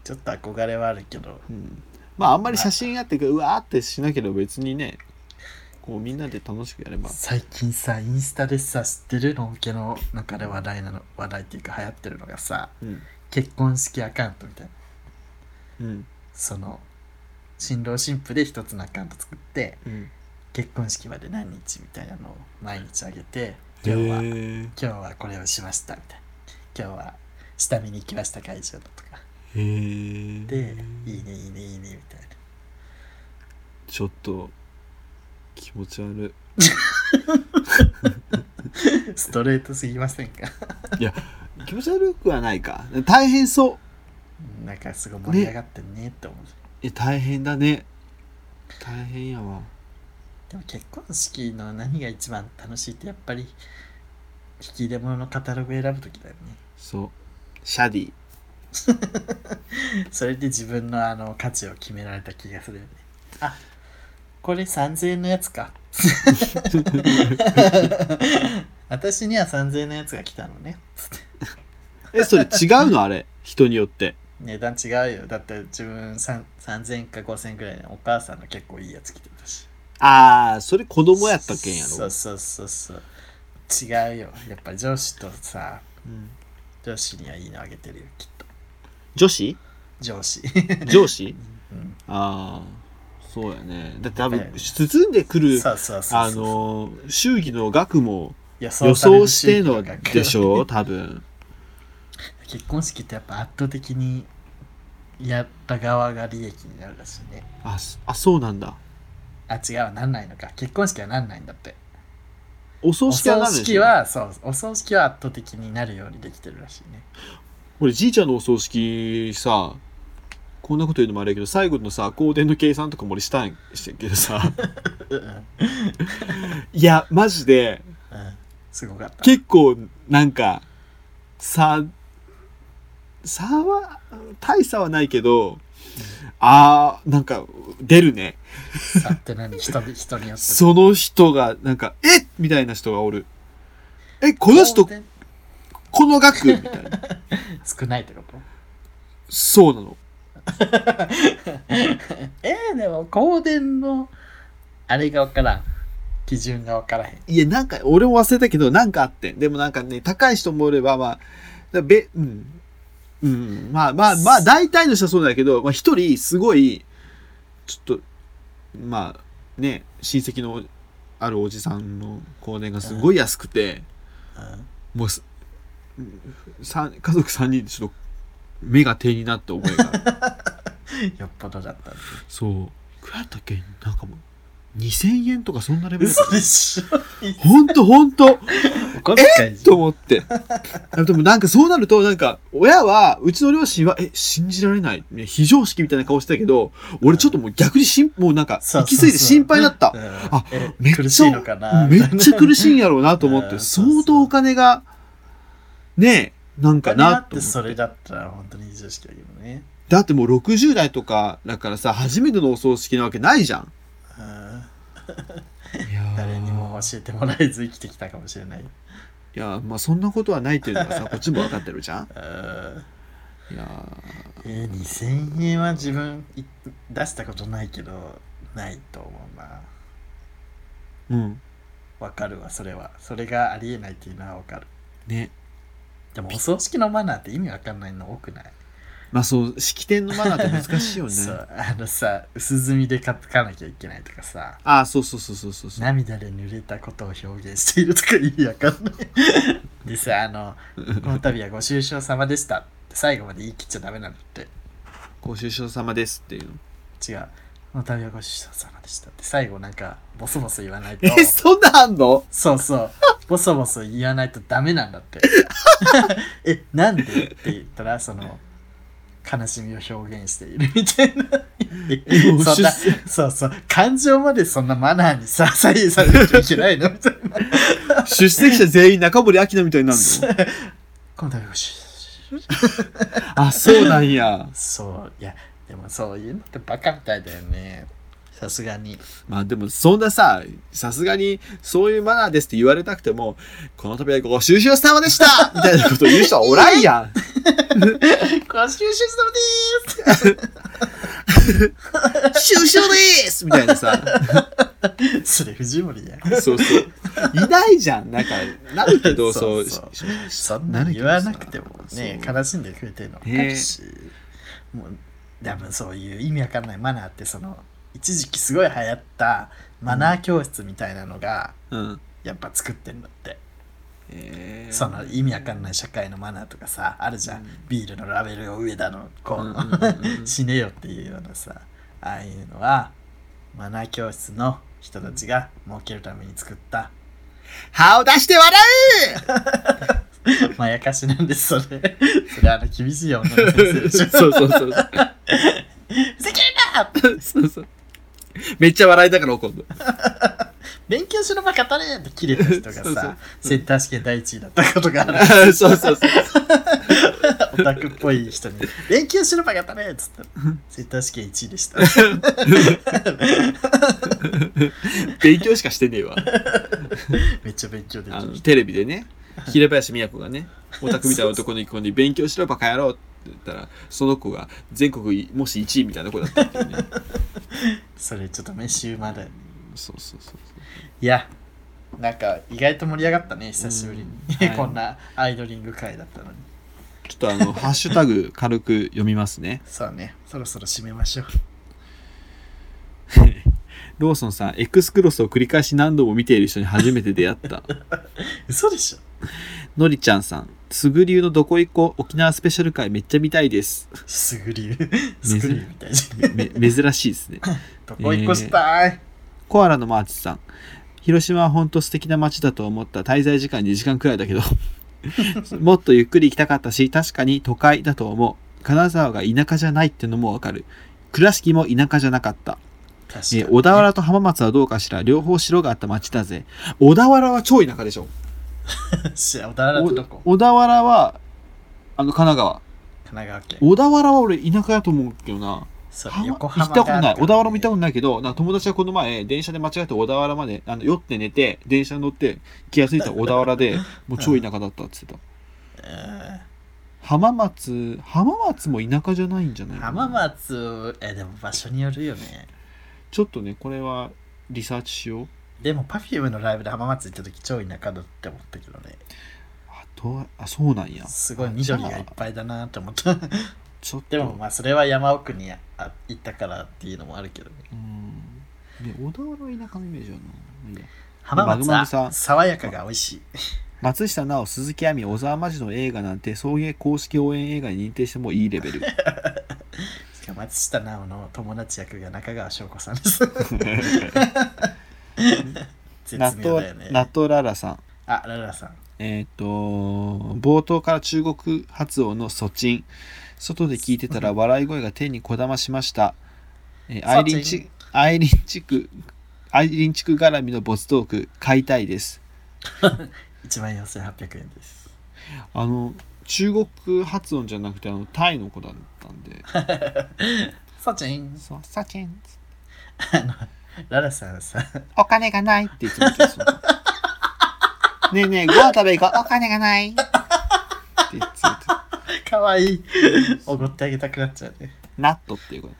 [SPEAKER 2] ちょっと憧れはあるけど
[SPEAKER 1] うん、まああんまり写真あってうわーってしなければ別にねこうみんなで楽しくやれば
[SPEAKER 2] 最近さインスタでさ知ってるのんけの中で話題なの話題っていうか流行ってるのがさ
[SPEAKER 1] うん
[SPEAKER 2] 結婚式アカウントみたいな
[SPEAKER 1] うん
[SPEAKER 2] その新郎新婦で一つのアカウント作って
[SPEAKER 1] うん
[SPEAKER 2] 結婚式まで何日みたいなのを毎日あげて
[SPEAKER 1] へ
[SPEAKER 2] 今日は今
[SPEAKER 1] ー
[SPEAKER 2] 日はこれをしましたみたいな今日は下見に行きました会場だとか
[SPEAKER 1] へー
[SPEAKER 2] でいいねいいねいいねみたいな
[SPEAKER 1] ちょっと気持ち悪い
[SPEAKER 2] ストレートすぎませんか
[SPEAKER 1] いや気持ち悪くはないか大変そう
[SPEAKER 2] なんかすごい盛り上がってんねって思う
[SPEAKER 1] え大変だね大変やわ
[SPEAKER 2] でも結婚式の何が一番楽しいってやっぱり引き出物のカタログ選ぶ時だよね
[SPEAKER 1] そうシャディ
[SPEAKER 2] それで自分のあの価値を決められた気がするよねあこれ3000円のやつか 私には3000円のやつが来たのね
[SPEAKER 1] えそれ違うのあれ人によって
[SPEAKER 2] 値段違うよだって自分さん3000円か5000円ぐらいのお母さんの結構いいやつ来てたし
[SPEAKER 1] ああそれ子供やったけんや
[SPEAKER 2] そ
[SPEAKER 1] ろ
[SPEAKER 2] うそうそうそう違うよやっぱ上司とさ
[SPEAKER 1] うん
[SPEAKER 2] 上司にはいいのあげてるよきっと
[SPEAKER 1] 女 子
[SPEAKER 2] 上司
[SPEAKER 1] 上司
[SPEAKER 2] うん
[SPEAKER 1] ああそうやねだって多
[SPEAKER 2] やっ
[SPEAKER 1] 分
[SPEAKER 2] ぱり
[SPEAKER 1] 包んでくる
[SPEAKER 2] そうそうそうそう
[SPEAKER 1] あのー祝儀の額も
[SPEAKER 2] 予
[SPEAKER 1] 予
[SPEAKER 2] され
[SPEAKER 1] 想
[SPEAKER 2] る
[SPEAKER 1] して
[SPEAKER 2] 周期
[SPEAKER 1] の
[SPEAKER 2] が
[SPEAKER 1] でしょ多分
[SPEAKER 2] 結婚式ってやっぱ圧倒的にやった側が利益になるらしいね
[SPEAKER 1] あそあそうなんだ
[SPEAKER 2] あ違うなんないのか結婚式はなんないんだって
[SPEAKER 1] お葬
[SPEAKER 2] お
[SPEAKER 1] 式は
[SPEAKER 2] 葬
[SPEAKER 1] 何でし
[SPEAKER 2] 式
[SPEAKER 1] ょ
[SPEAKER 2] はそうお葬式は圧倒的になるようにできてるらしいね
[SPEAKER 1] 俺じいちゃんのお葬式さこんなこと言うのもあれやけど最後のさ香典の計算とかも俺したんしてんけど さ
[SPEAKER 2] うんうん
[SPEAKER 1] いやマジで
[SPEAKER 2] すごかった
[SPEAKER 1] 結構なんか差差は大差はないけどあーなんか出るね
[SPEAKER 2] さって何人に人によって
[SPEAKER 1] その人がなんか「えっ!」みたいな人がおる「えこの人
[SPEAKER 2] 当然
[SPEAKER 1] この額」みたいな
[SPEAKER 2] 少ないってこと
[SPEAKER 1] そうなの
[SPEAKER 2] えー、でも香典のあれが分からん基準が分からへん
[SPEAKER 1] いやなんか俺も忘れたけどなんかあってんでもなんかね高い人もおればまあべうんうん、まあまあまあ大体の人はそうだけどまあ、一人すごいちょっとまあね親戚のあるおじさんの高年がすごい安くて、
[SPEAKER 2] うん
[SPEAKER 1] もうす三家族3人でちょっと目が手になった覚えがある
[SPEAKER 2] よっぽどだったんで
[SPEAKER 1] そうくらいだったっけなんかもう2000円とかそんなレベルだっ
[SPEAKER 2] 嘘
[SPEAKER 1] た
[SPEAKER 2] でしょ
[SPEAKER 1] ほんとほんと
[SPEAKER 2] お小遣いじ
[SPEAKER 1] と思って。あ でもなんかそうなると、なんか親は、うちの両親は、え、信じられない。ね非常識みたいな顔してたけど、俺ちょっともう逆にしん、もうなんか、
[SPEAKER 2] そう
[SPEAKER 1] 行き過ぎて心配だった
[SPEAKER 2] ゃん。うん
[SPEAKER 1] あ
[SPEAKER 2] え
[SPEAKER 1] めっちゃ
[SPEAKER 2] 苦しいのかな
[SPEAKER 1] めっちゃ苦しいんやろうなと思っ
[SPEAKER 2] うん
[SPEAKER 1] て、相当お金が、ねえ、なんか
[SPEAKER 2] だ
[SPEAKER 1] な
[SPEAKER 2] っ
[SPEAKER 1] と
[SPEAKER 2] て
[SPEAKER 1] 思
[SPEAKER 2] そ
[SPEAKER 1] っ
[SPEAKER 2] れ
[SPEAKER 1] て。
[SPEAKER 2] だったら本当に非常識だけどね
[SPEAKER 1] だってもう60代とかだからさ、初めてのお葬式なわけないじゃん。
[SPEAKER 2] うん
[SPEAKER 1] いやー
[SPEAKER 2] 誰にも教えてもらえず生きてきたかもしれない
[SPEAKER 1] いやーまあそんなことはないっていうのが さこっちも分かってるじゃん
[SPEAKER 2] うん
[SPEAKER 1] いや
[SPEAKER 2] えー、2000円は自分い出したことないけどないと思うな
[SPEAKER 1] ーうん
[SPEAKER 2] わかるわそれはそれがありえないっていうのはわかる
[SPEAKER 1] ね
[SPEAKER 2] でもお葬式のマナーって意味わかんないの多くない、
[SPEAKER 1] まあそう式典のマナーって難しいよね
[SPEAKER 2] そうあのさ薄墨で書かなきゃいけないとかさ
[SPEAKER 1] ああそうそうそうそうそうそう
[SPEAKER 2] 涙で濡れたことを表現しているとか意味わかんないでさあのこの度はご愁傷様でしたって最後まで言い切っちゃダメなんだって
[SPEAKER 1] ご愁傷様ですっていうの
[SPEAKER 2] 違うこの度はご愁傷様でしたって最後なんかボソボソ言わないと
[SPEAKER 1] えそんなんあんの
[SPEAKER 2] そうそう。ボソボソ言わないとダメなんだって。え、なんでって言ったら、その、悲しみを表現しているみたいな。
[SPEAKER 1] もう
[SPEAKER 2] そんな
[SPEAKER 1] 出
[SPEAKER 2] そうそう。感情までそんなマナーにさ、左右されるといけないのみたいな。
[SPEAKER 1] 出席者全員中森明菜みたいになるの
[SPEAKER 2] 今度はよし。
[SPEAKER 1] あそうなんや
[SPEAKER 2] そう、いや、でもそういうのってバカみたいだよね。さすがに。
[SPEAKER 1] まあでもそんなささすがにそういうマナーですって言われたくてもこの度はご愁傷様でしたみたいなこと言う人はおらんや ん
[SPEAKER 2] ご愁傷様でーす
[SPEAKER 1] 終傷ですみたいなさ
[SPEAKER 2] それ藤森や。
[SPEAKER 1] そうそういないじゃんなんかなるけど
[SPEAKER 2] そ
[SPEAKER 1] そうう
[SPEAKER 2] そう
[SPEAKER 1] しし
[SPEAKER 2] そんなに言わなくてもね、
[SPEAKER 1] そう
[SPEAKER 2] 悲しんでくれてるの分かるし、もう、多分そういう意味わかんないマナーって、その、一時期すごい流行ったマナー教室みたいなのが、
[SPEAKER 1] うん
[SPEAKER 2] やっぱ作ってんだって、
[SPEAKER 1] えー
[SPEAKER 2] その意味わかんない社会のマナーとかさ、あるじゃん。
[SPEAKER 1] うん
[SPEAKER 2] ビールのラベルを上だの、こう、
[SPEAKER 1] うんうんうんうん
[SPEAKER 2] 死ねよっていうようなさ、ああいうのは、マナー教室の人たちが儲けるために作った、
[SPEAKER 1] 歯を出して笑
[SPEAKER 2] まやかしなんです、それ。 それあの厳しい女の先生
[SPEAKER 1] う
[SPEAKER 2] でし ょ。
[SPEAKER 1] そうそうそう
[SPEAKER 2] ふざけるな
[SPEAKER 1] そうそうめっちゃ笑いだから怒る
[SPEAKER 2] 勉強しろばかたねって切れた人が
[SPEAKER 1] そうそう
[SPEAKER 2] さ、センター試験第一位だったことがある。
[SPEAKER 1] の そうそうそう
[SPEAKER 2] オタクっぽい人 に、勉強しろばかたねっつったら、センター試験1位で した。
[SPEAKER 1] 勉強しかしてねえわ
[SPEAKER 2] めっちゃ勉強でき
[SPEAKER 1] あ
[SPEAKER 2] る
[SPEAKER 1] の。テレビでね平林美也子がねオタクみたいな男の子に勉強しろバカ野郎って言ったらその子が全国もし1位みたいな子だったっていうね
[SPEAKER 2] それちょっと飯馬だよ。
[SPEAKER 1] そうそうそうそう
[SPEAKER 2] いや、なんか意外と盛り上がったね、久しぶり
[SPEAKER 1] う
[SPEAKER 2] に
[SPEAKER 1] んは。い
[SPEAKER 2] こんなアイドリング会だったのに。
[SPEAKER 1] ちょっとあのハッシュタグ軽く読みますね
[SPEAKER 2] そうね、そろそろ締めましょう。
[SPEAKER 1] ローソンさん X クロスを繰り返し何度も見ている人に初めて出会った
[SPEAKER 2] 嘘でしょ
[SPEAKER 1] のりちゃんさん、つぐりゅうのどこ行こ沖縄スペシャル回めっちゃ見たいです。
[SPEAKER 2] すぐりゅう。すぐりゅうみたいじゃん。
[SPEAKER 1] め 珍しいですね。
[SPEAKER 2] どこ行っ越したい
[SPEAKER 1] コアラのマーチさん、広島は本当素敵な街だと思った滞在時間2時間くらいだ けど、もっとゆっくり行きたかったし、確かに都会だと思う。金沢が田舎じゃないってのもわかる。倉敷も田舎じゃなかった。
[SPEAKER 2] 確か
[SPEAKER 1] え
[SPEAKER 2] に
[SPEAKER 1] ー小田原と浜松はどうかしら両方城があった町だぜ。小田原は超田舎でしょ。
[SPEAKER 2] し 小田原ってどこ
[SPEAKER 1] お小田原は、あの、神奈川。
[SPEAKER 2] 神奈川県。
[SPEAKER 1] 小田原は俺田舎やと思うけどな。
[SPEAKER 2] そう
[SPEAKER 1] 浜行
[SPEAKER 2] 横浜
[SPEAKER 1] ったことない小田原も行った
[SPEAKER 2] こ
[SPEAKER 1] ことないけどなんか友達はこの前電車で間違えて小田原まであの酔って寝て電車に乗って気が付い たら小田原でもう超田舎だったっつってた
[SPEAKER 2] とない。
[SPEAKER 1] 浜松浜松も田舎じゃないんじゃないかな
[SPEAKER 2] 浜松、え、でも場所によるよね。
[SPEAKER 1] ちょっとねこれはリサーチしよう
[SPEAKER 2] でも Perfume のライブで浜松行った時超田舎だって思ったけどね。
[SPEAKER 1] あとはあそうなんや
[SPEAKER 2] すごい緑がいっぱいだなって思った。
[SPEAKER 1] ちょっと
[SPEAKER 2] でもまあそれは山奥にあ行ったからっていうのもあるけどね。
[SPEAKER 1] うんね小田原は田舎のイメージやなまあいいや
[SPEAKER 2] 浜松
[SPEAKER 1] マグマムさ
[SPEAKER 2] は
[SPEAKER 1] ん
[SPEAKER 2] 爽やかが美味しい。
[SPEAKER 1] 松下奈緒鈴木亜美小 沢真嗣の映画なんて送迎公式応援映画に認定してもいいレベル
[SPEAKER 2] しかも松下奈緒の友達役が中川翔子さ んです
[SPEAKER 1] 納
[SPEAKER 2] 絶妙だよ
[SPEAKER 1] 豆
[SPEAKER 2] ね
[SPEAKER 1] 納豆ララさん
[SPEAKER 2] あララさん
[SPEAKER 1] えっ、と冒頭から中国発音のソチン外で聞いてたら笑い声が天にこだましました、えーアイリン
[SPEAKER 2] ソチ
[SPEAKER 1] チ
[SPEAKER 2] ン
[SPEAKER 1] アイリン地区アイリン地区絡みのボストーク買いたいです
[SPEAKER 2] 1万4800円です
[SPEAKER 1] あの中国発音じゃなくてあのタイの子だったん で
[SPEAKER 2] サチン
[SPEAKER 1] そうサチン
[SPEAKER 2] ララさんさ
[SPEAKER 1] お金がないって言ってましたよねえねえご飯食べ行こうお金がないって言ってた
[SPEAKER 2] かわいいおごってあげたくなっちゃうね
[SPEAKER 1] ナットっていう子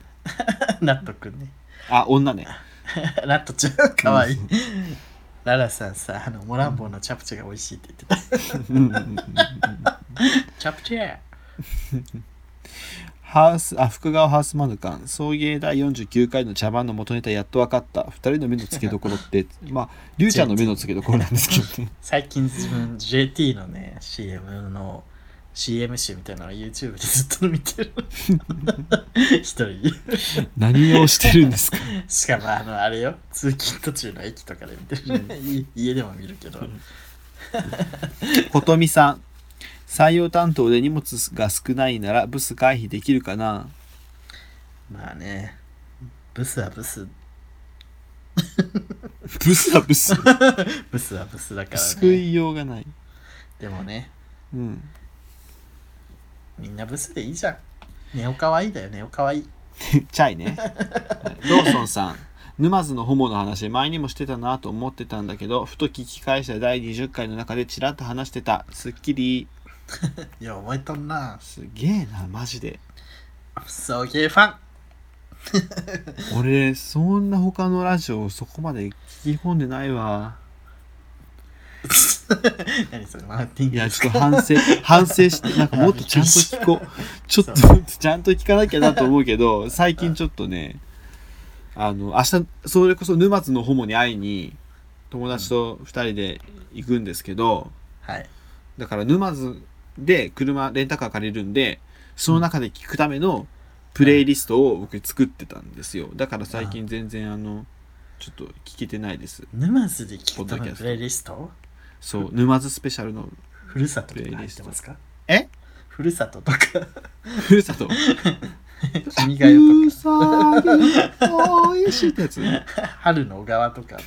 [SPEAKER 2] 納得ね
[SPEAKER 1] あ女ね
[SPEAKER 2] ラットちゃんかわいいララさんさあのモランボンのチャプチェが美味しいって言ってたチャプチェ
[SPEAKER 1] ハウスあ福川ハウスマヌカン送迎第49回の茶番の元ネタやっと分かった2人の目の付けどころって まありゅうちゃんの目の付けどころなんですけどね
[SPEAKER 2] 最近自分 JT のね CM の CM 集みたいなのを YouTube で ずっと見て る一人
[SPEAKER 1] 何をしてるん ですか
[SPEAKER 2] しかもあのあれよ通勤途中の駅とかで見てる、い家でも見るけど
[SPEAKER 1] ことみさん採用担当で荷物が少ないならブス回避できるかな
[SPEAKER 2] まあねブスはブス
[SPEAKER 1] ブスはブス
[SPEAKER 2] ブスはブスだか ら
[SPEAKER 1] 救
[SPEAKER 2] ね
[SPEAKER 1] いようがない、
[SPEAKER 2] でもね
[SPEAKER 1] うん、
[SPEAKER 2] みんなブスでいいじゃんネオかわいいだよネオかわいい
[SPEAKER 1] チャイ ねローソンさん沼津のホモの話前にもしてたなと思ってたんだけどふと聞き返した第20回の中でちらっと話してたすっきり
[SPEAKER 2] いや覚えとんな
[SPEAKER 1] すげえなマジで
[SPEAKER 2] 送迎ファン
[SPEAKER 1] 俺そんな他のラジオそこまで聞き込んでないわ
[SPEAKER 2] 何それマーティン
[SPEAKER 1] いやちょっと反省反省してなんかもっとちゃんと聞こうちょっとちゃんと聞かなきゃなと思うけど最近ちょっとねあの明日それこそ沼津のホモに会いに友達と2人で行くんですけど、
[SPEAKER 2] はい
[SPEAKER 1] だから沼津で車レンタカー借りるんでその中で聞くためのプレイリストを僕作ってたんですよだから最近全然あのちょっと聞けてないです
[SPEAKER 2] 沼津で聞くた
[SPEAKER 1] ポッド
[SPEAKER 2] め
[SPEAKER 1] キャ
[SPEAKER 2] の
[SPEAKER 1] スト
[SPEAKER 2] プレイリスト
[SPEAKER 1] そう沼津スペシャルの
[SPEAKER 2] ふるさととか入ってますか
[SPEAKER 1] え
[SPEAKER 2] ふるさととか
[SPEAKER 1] ふるさと
[SPEAKER 2] 君が代
[SPEAKER 1] う
[SPEAKER 2] と
[SPEAKER 1] さぎおいしいってやつい
[SPEAKER 2] か春の小川とか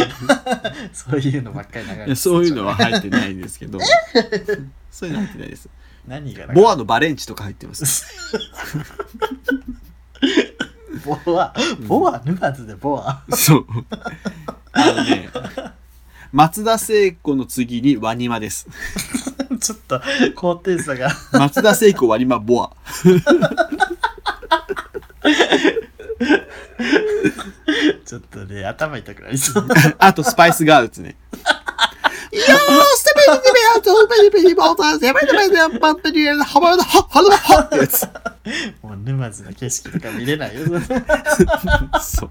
[SPEAKER 2] そういうのばっかり流れて
[SPEAKER 1] や
[SPEAKER 2] る
[SPEAKER 1] そういうのは入ってないんですけどそういうの入ってないです
[SPEAKER 2] 何が
[SPEAKER 1] ボ
[SPEAKER 2] ア
[SPEAKER 1] アのバレンチとか入ってます
[SPEAKER 2] ボアボア沼津でボア
[SPEAKER 1] そうあのね松田聖子の次にワニマです
[SPEAKER 2] ちょっと高低差が
[SPEAKER 1] 松田聖子割りまボア。
[SPEAKER 2] ちょっとね頭痛くなり そう
[SPEAKER 1] あとスパイスガールズね。よースペインでベアとペリペリボーターセブンでベアパンペリエンハマルハハルハってやつ。
[SPEAKER 2] もう沼津の景色とか見れないよ
[SPEAKER 1] そ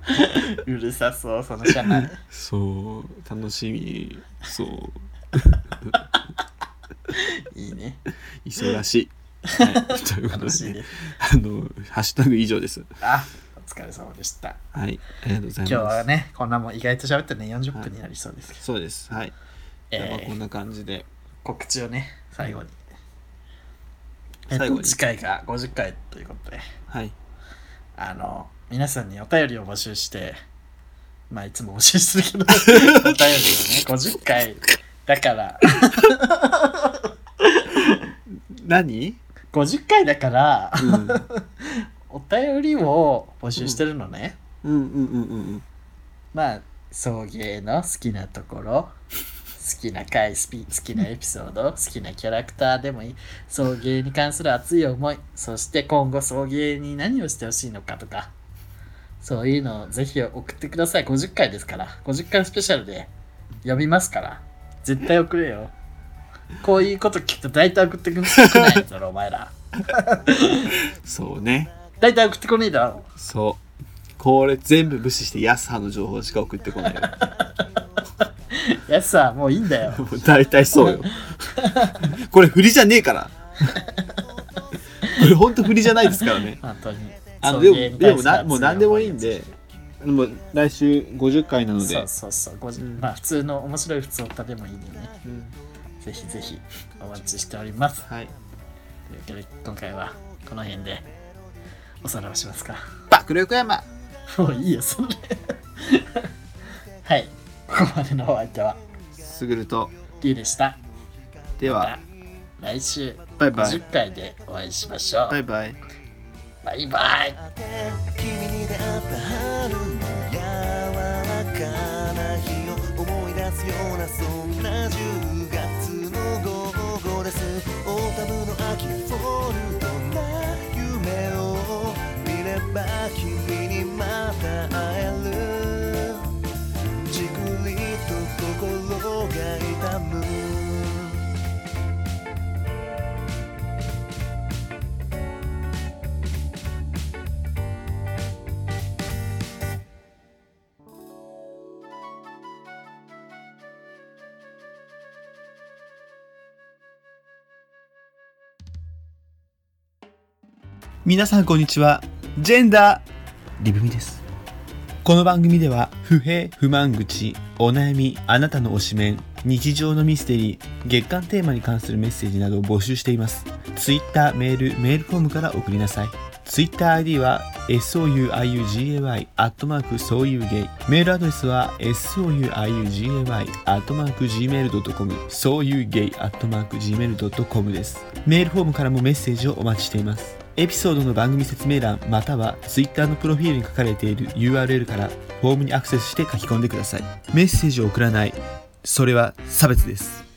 [SPEAKER 1] う。
[SPEAKER 2] うるさそうその車内
[SPEAKER 1] そう。楽しみ。そう。
[SPEAKER 2] いいね
[SPEAKER 1] 忙しい。はい、ということ
[SPEAKER 2] 楽し
[SPEAKER 1] で、
[SPEAKER 2] い
[SPEAKER 1] ね
[SPEAKER 2] ね、
[SPEAKER 1] あの、ハッシュタグ以上です。
[SPEAKER 2] あお疲れ様でした
[SPEAKER 1] はい。ありがとうございま
[SPEAKER 2] 今
[SPEAKER 1] す。
[SPEAKER 2] 日はねこんなもん意外と喋ってね40分になりそうですけど、
[SPEAKER 1] そうです。はい。じゃあまあ
[SPEAKER 2] えー
[SPEAKER 1] こんな感じで。
[SPEAKER 2] 告知をね最後に、えっ
[SPEAKER 1] 最後
[SPEAKER 2] と
[SPEAKER 1] に
[SPEAKER 2] 次回が50回ということで
[SPEAKER 1] はい。
[SPEAKER 2] あの皆さんにお便りを募集してまあいつも募集してるけ どお便りをね50回だから
[SPEAKER 1] 何
[SPEAKER 2] 50回だから
[SPEAKER 1] うん。うん
[SPEAKER 2] お便りを募集してるのね、
[SPEAKER 1] うんうんうん
[SPEAKER 2] まあ送迎の好きなところ好きな回スピ好きなエピソード好きなキャラクターでもいい送迎に関する熱い思いそして今後送迎に何をしてほしいのかとかそういうのをぜひ送ってください50回ですから50回スペシャルで読みますから絶対送れよこういうこと聞くと大体送ってくんくないだろお前ら
[SPEAKER 1] うん。そうね。
[SPEAKER 2] 大体送ってこねえだろ
[SPEAKER 1] そう。これ全部無視して、ヤスハの情報しか送ってこないよ。
[SPEAKER 2] やつさもういいんだよ
[SPEAKER 1] もう 大体そうよ。これ振りじゃねえから。これほんと振りじゃないですからね。
[SPEAKER 2] 本当に
[SPEAKER 1] あ
[SPEAKER 2] そ
[SPEAKER 1] の
[SPEAKER 2] う
[SPEAKER 1] でも
[SPEAKER 2] 芸に
[SPEAKER 1] で
[SPEAKER 2] 対
[SPEAKER 1] も
[SPEAKER 2] する
[SPEAKER 1] な
[SPEAKER 2] 熱い
[SPEAKER 1] もう何でもいいん
[SPEAKER 2] 思
[SPEAKER 1] でもう来週50回なので
[SPEAKER 2] そうそうそう、ごじ
[SPEAKER 1] うん
[SPEAKER 2] まあ普通の面白い普通歌でもいいんでね
[SPEAKER 1] うん
[SPEAKER 2] ぜひぜひお待ちしております
[SPEAKER 1] はい
[SPEAKER 2] というわけで今回はこの辺でおさらいをしますか
[SPEAKER 1] 爆力山
[SPEAKER 2] もういいよそれ はいここまでのお相手は
[SPEAKER 1] すぐると
[SPEAKER 2] リュウでした
[SPEAKER 1] で
[SPEAKER 2] ま
[SPEAKER 1] は
[SPEAKER 2] た来週
[SPEAKER 1] バイバイ
[SPEAKER 2] 50回でお会いしましょう
[SPEAKER 1] バイバイ
[SPEAKER 2] バイバイ
[SPEAKER 3] 君に出会った春の柔らかな日を思い出すようなそんな10月の午後ですオータムの秋フォルトな夢を見れば君にまた会えるじくりと心が痛む
[SPEAKER 1] 皆さんこんにちはジェンダーリブミですこの番組では不平不満口お悩みあなたの推しメン日常のミステリー月間テーマに関するメッセージなどを募集していますツイッターメールメールフォームから送りなさいツイッター ID は souiugay アットマークそういうゲイメールアドレスは souiugay アットマーク gmail.com そういうゲイアットマーク gmail.com ですメールフォームからもメッセージをお待ちしていますエピソードの番組説明欄または Twitter のプロフィールに書かれている URL からフォームにアクセスして書き込んでくださいメッセージを送らないそれは差別です